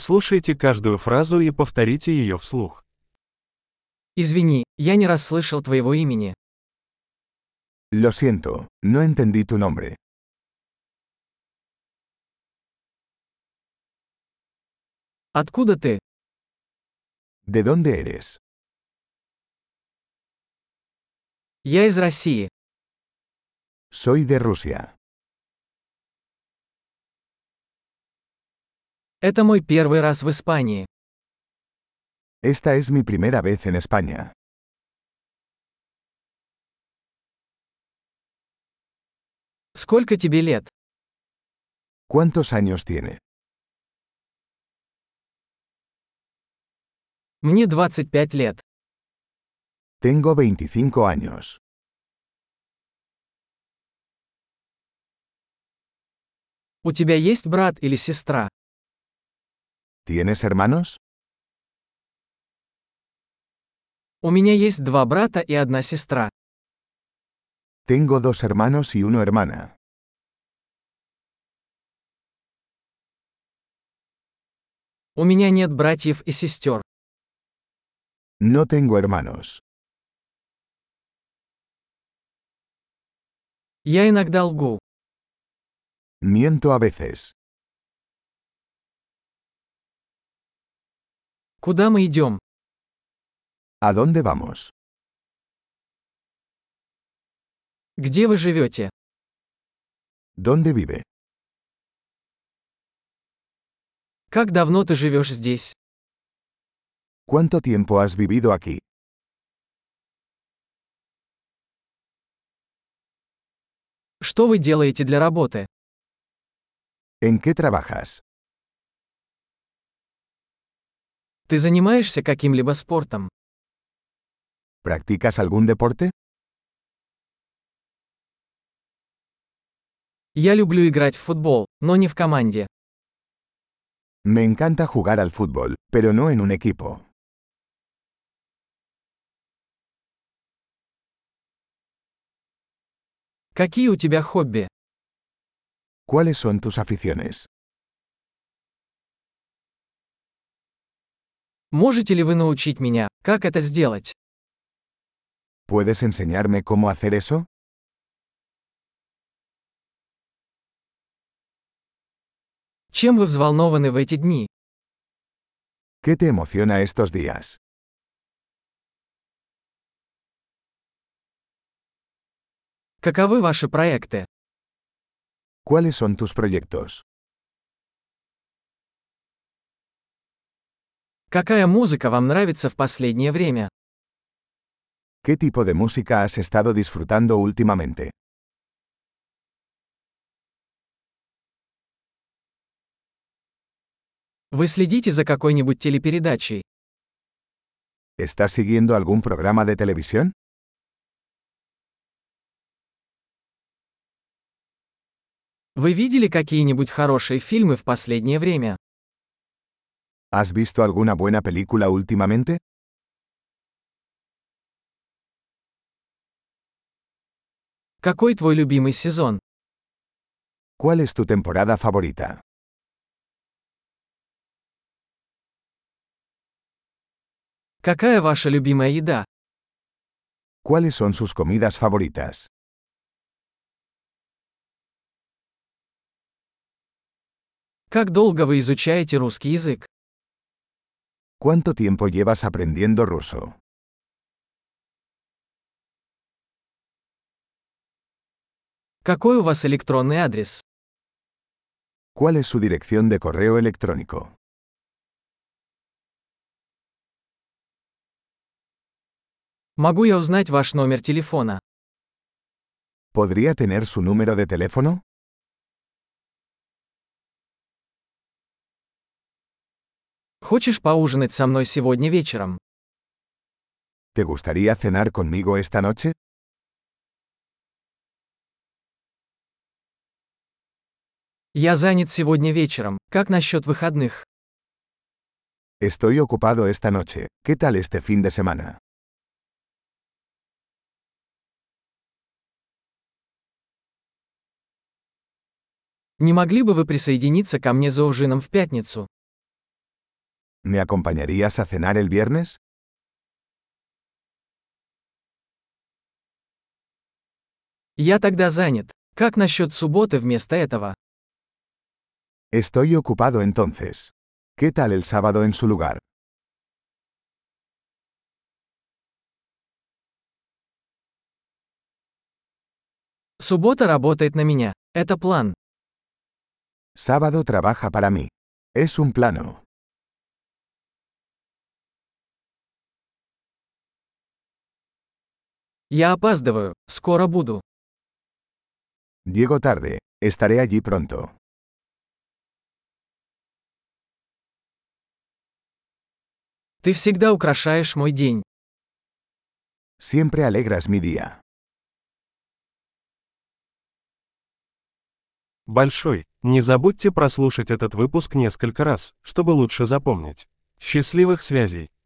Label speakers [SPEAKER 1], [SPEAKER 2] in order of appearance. [SPEAKER 1] Прослушайте каждую фразу и повторите ее вслух.
[SPEAKER 2] Извини, я не расслышал твоего имени.
[SPEAKER 3] Lo siento, no entendí tu nombre.
[SPEAKER 2] Откуда ты?
[SPEAKER 3] ¿De dónde eres?
[SPEAKER 2] Я из России.
[SPEAKER 3] Soy de Rusia.
[SPEAKER 2] Это мой первый раз в Испании.
[SPEAKER 3] Esta es mi primera vez en España.
[SPEAKER 2] Сколько тебе лет?
[SPEAKER 3] ¿Cuántos años tiene?
[SPEAKER 2] Мне 25 лет.
[SPEAKER 3] Tengo 25 años.
[SPEAKER 2] У тебя есть брат или сестра?
[SPEAKER 3] ¿Tienes hermanos?
[SPEAKER 2] У меня есть два брата и одна сестра.
[SPEAKER 3] Tengo dos hermanos y una hermana.
[SPEAKER 2] У меня нет братьев и сестер.
[SPEAKER 3] No tengo hermanos.
[SPEAKER 2] Я иногда лгу.
[SPEAKER 3] Miento a veces.
[SPEAKER 2] Куда мы идем?
[SPEAKER 3] ¿A dónde vamos?
[SPEAKER 2] Где вы живете?
[SPEAKER 3] ¿Dónde vive?
[SPEAKER 2] Как давно ты живешь здесь?
[SPEAKER 3] ¿Cuánto tiempo has vivido aquí?
[SPEAKER 2] Что вы делаете для работы?
[SPEAKER 3] ¿En qué trabajas?
[SPEAKER 2] Ты занимаешься каким-либо спортом?
[SPEAKER 3] ¿Practicas algún deporte?
[SPEAKER 2] Я люблю играть в футбол, но не в команде.
[SPEAKER 3] Me encanta jugar al fútbol, pero no en un equipo.
[SPEAKER 2] Какие у тебя хобби?
[SPEAKER 3] ¿Cuáles son tus aficiones?
[SPEAKER 2] Можете ли вы научить меня, как это сделать?
[SPEAKER 3] ¿Puedes enseñarme cómo hacer eso?
[SPEAKER 2] Чем вы взволнованы в эти дни?
[SPEAKER 3] ¿Qué te emociona estos días?
[SPEAKER 2] Каковы ваши проекты?
[SPEAKER 3] ¿Cuáles son tus proyectos?
[SPEAKER 2] Какая музыка вам нравится в последнее время?
[SPEAKER 3] ¿Qué tipo de música has estado disfrutando últimamente?
[SPEAKER 2] Вы следите за какой-нибудь телепередачей?
[SPEAKER 3] ¿Estás siguiendo algún programa de televisión?
[SPEAKER 2] Вы видели какие-нибудь хорошие фильмы в последнее время?
[SPEAKER 3] ¿Has visto alguna buena película últimamente?
[SPEAKER 2] Какой твой любимый сезон?
[SPEAKER 3] ¿Cuál es tu temporada favorita?
[SPEAKER 2] Какая ваша любимая еда?
[SPEAKER 3] ¿Cuáles son sus comidas favoritas?
[SPEAKER 2] Как долго вы изучаете русский язык?
[SPEAKER 3] ¿Cuánto tiempo llevas aprendiendo ruso?
[SPEAKER 2] Какой у вас электронный адрес?
[SPEAKER 3] ¿Cuál es su dirección de correo electrónico?
[SPEAKER 2] Могу я узнать ваш номер телефона?
[SPEAKER 3] ¿Podría tener su número de teléfono?
[SPEAKER 2] Хочешь поужинать со мной сегодня вечером?
[SPEAKER 3] ¿Te gustaría cenar conmigo esta noche?
[SPEAKER 2] Я занят сегодня вечером. Как насчет выходных?
[SPEAKER 3] Estoy ocupado esta noche. ¿Qué tal este fin de semana?
[SPEAKER 2] Не могли бы вы присоединиться ко мне за ужином в пятницу?
[SPEAKER 3] ¿Me acompañarías a cenar el viernes?
[SPEAKER 2] Я тогда занят. Как насчет субботы вместо этого?
[SPEAKER 3] Estoy ocupado entonces. ¿Qué tal el sábado en su lugar?
[SPEAKER 2] Суббота работает на меня. Это план.
[SPEAKER 3] Sábado trabaja para mí. Es un plano.
[SPEAKER 2] Я опаздываю. Скоро буду.
[SPEAKER 3] Llego tarde. Estaré allí pronto.
[SPEAKER 2] Ты всегда украшаешь мой день.
[SPEAKER 3] Siempre alegras mi día.
[SPEAKER 1] Большой. Не забудьте прослушать этот выпуск несколько раз, чтобы лучше запомнить. Счастливых связей!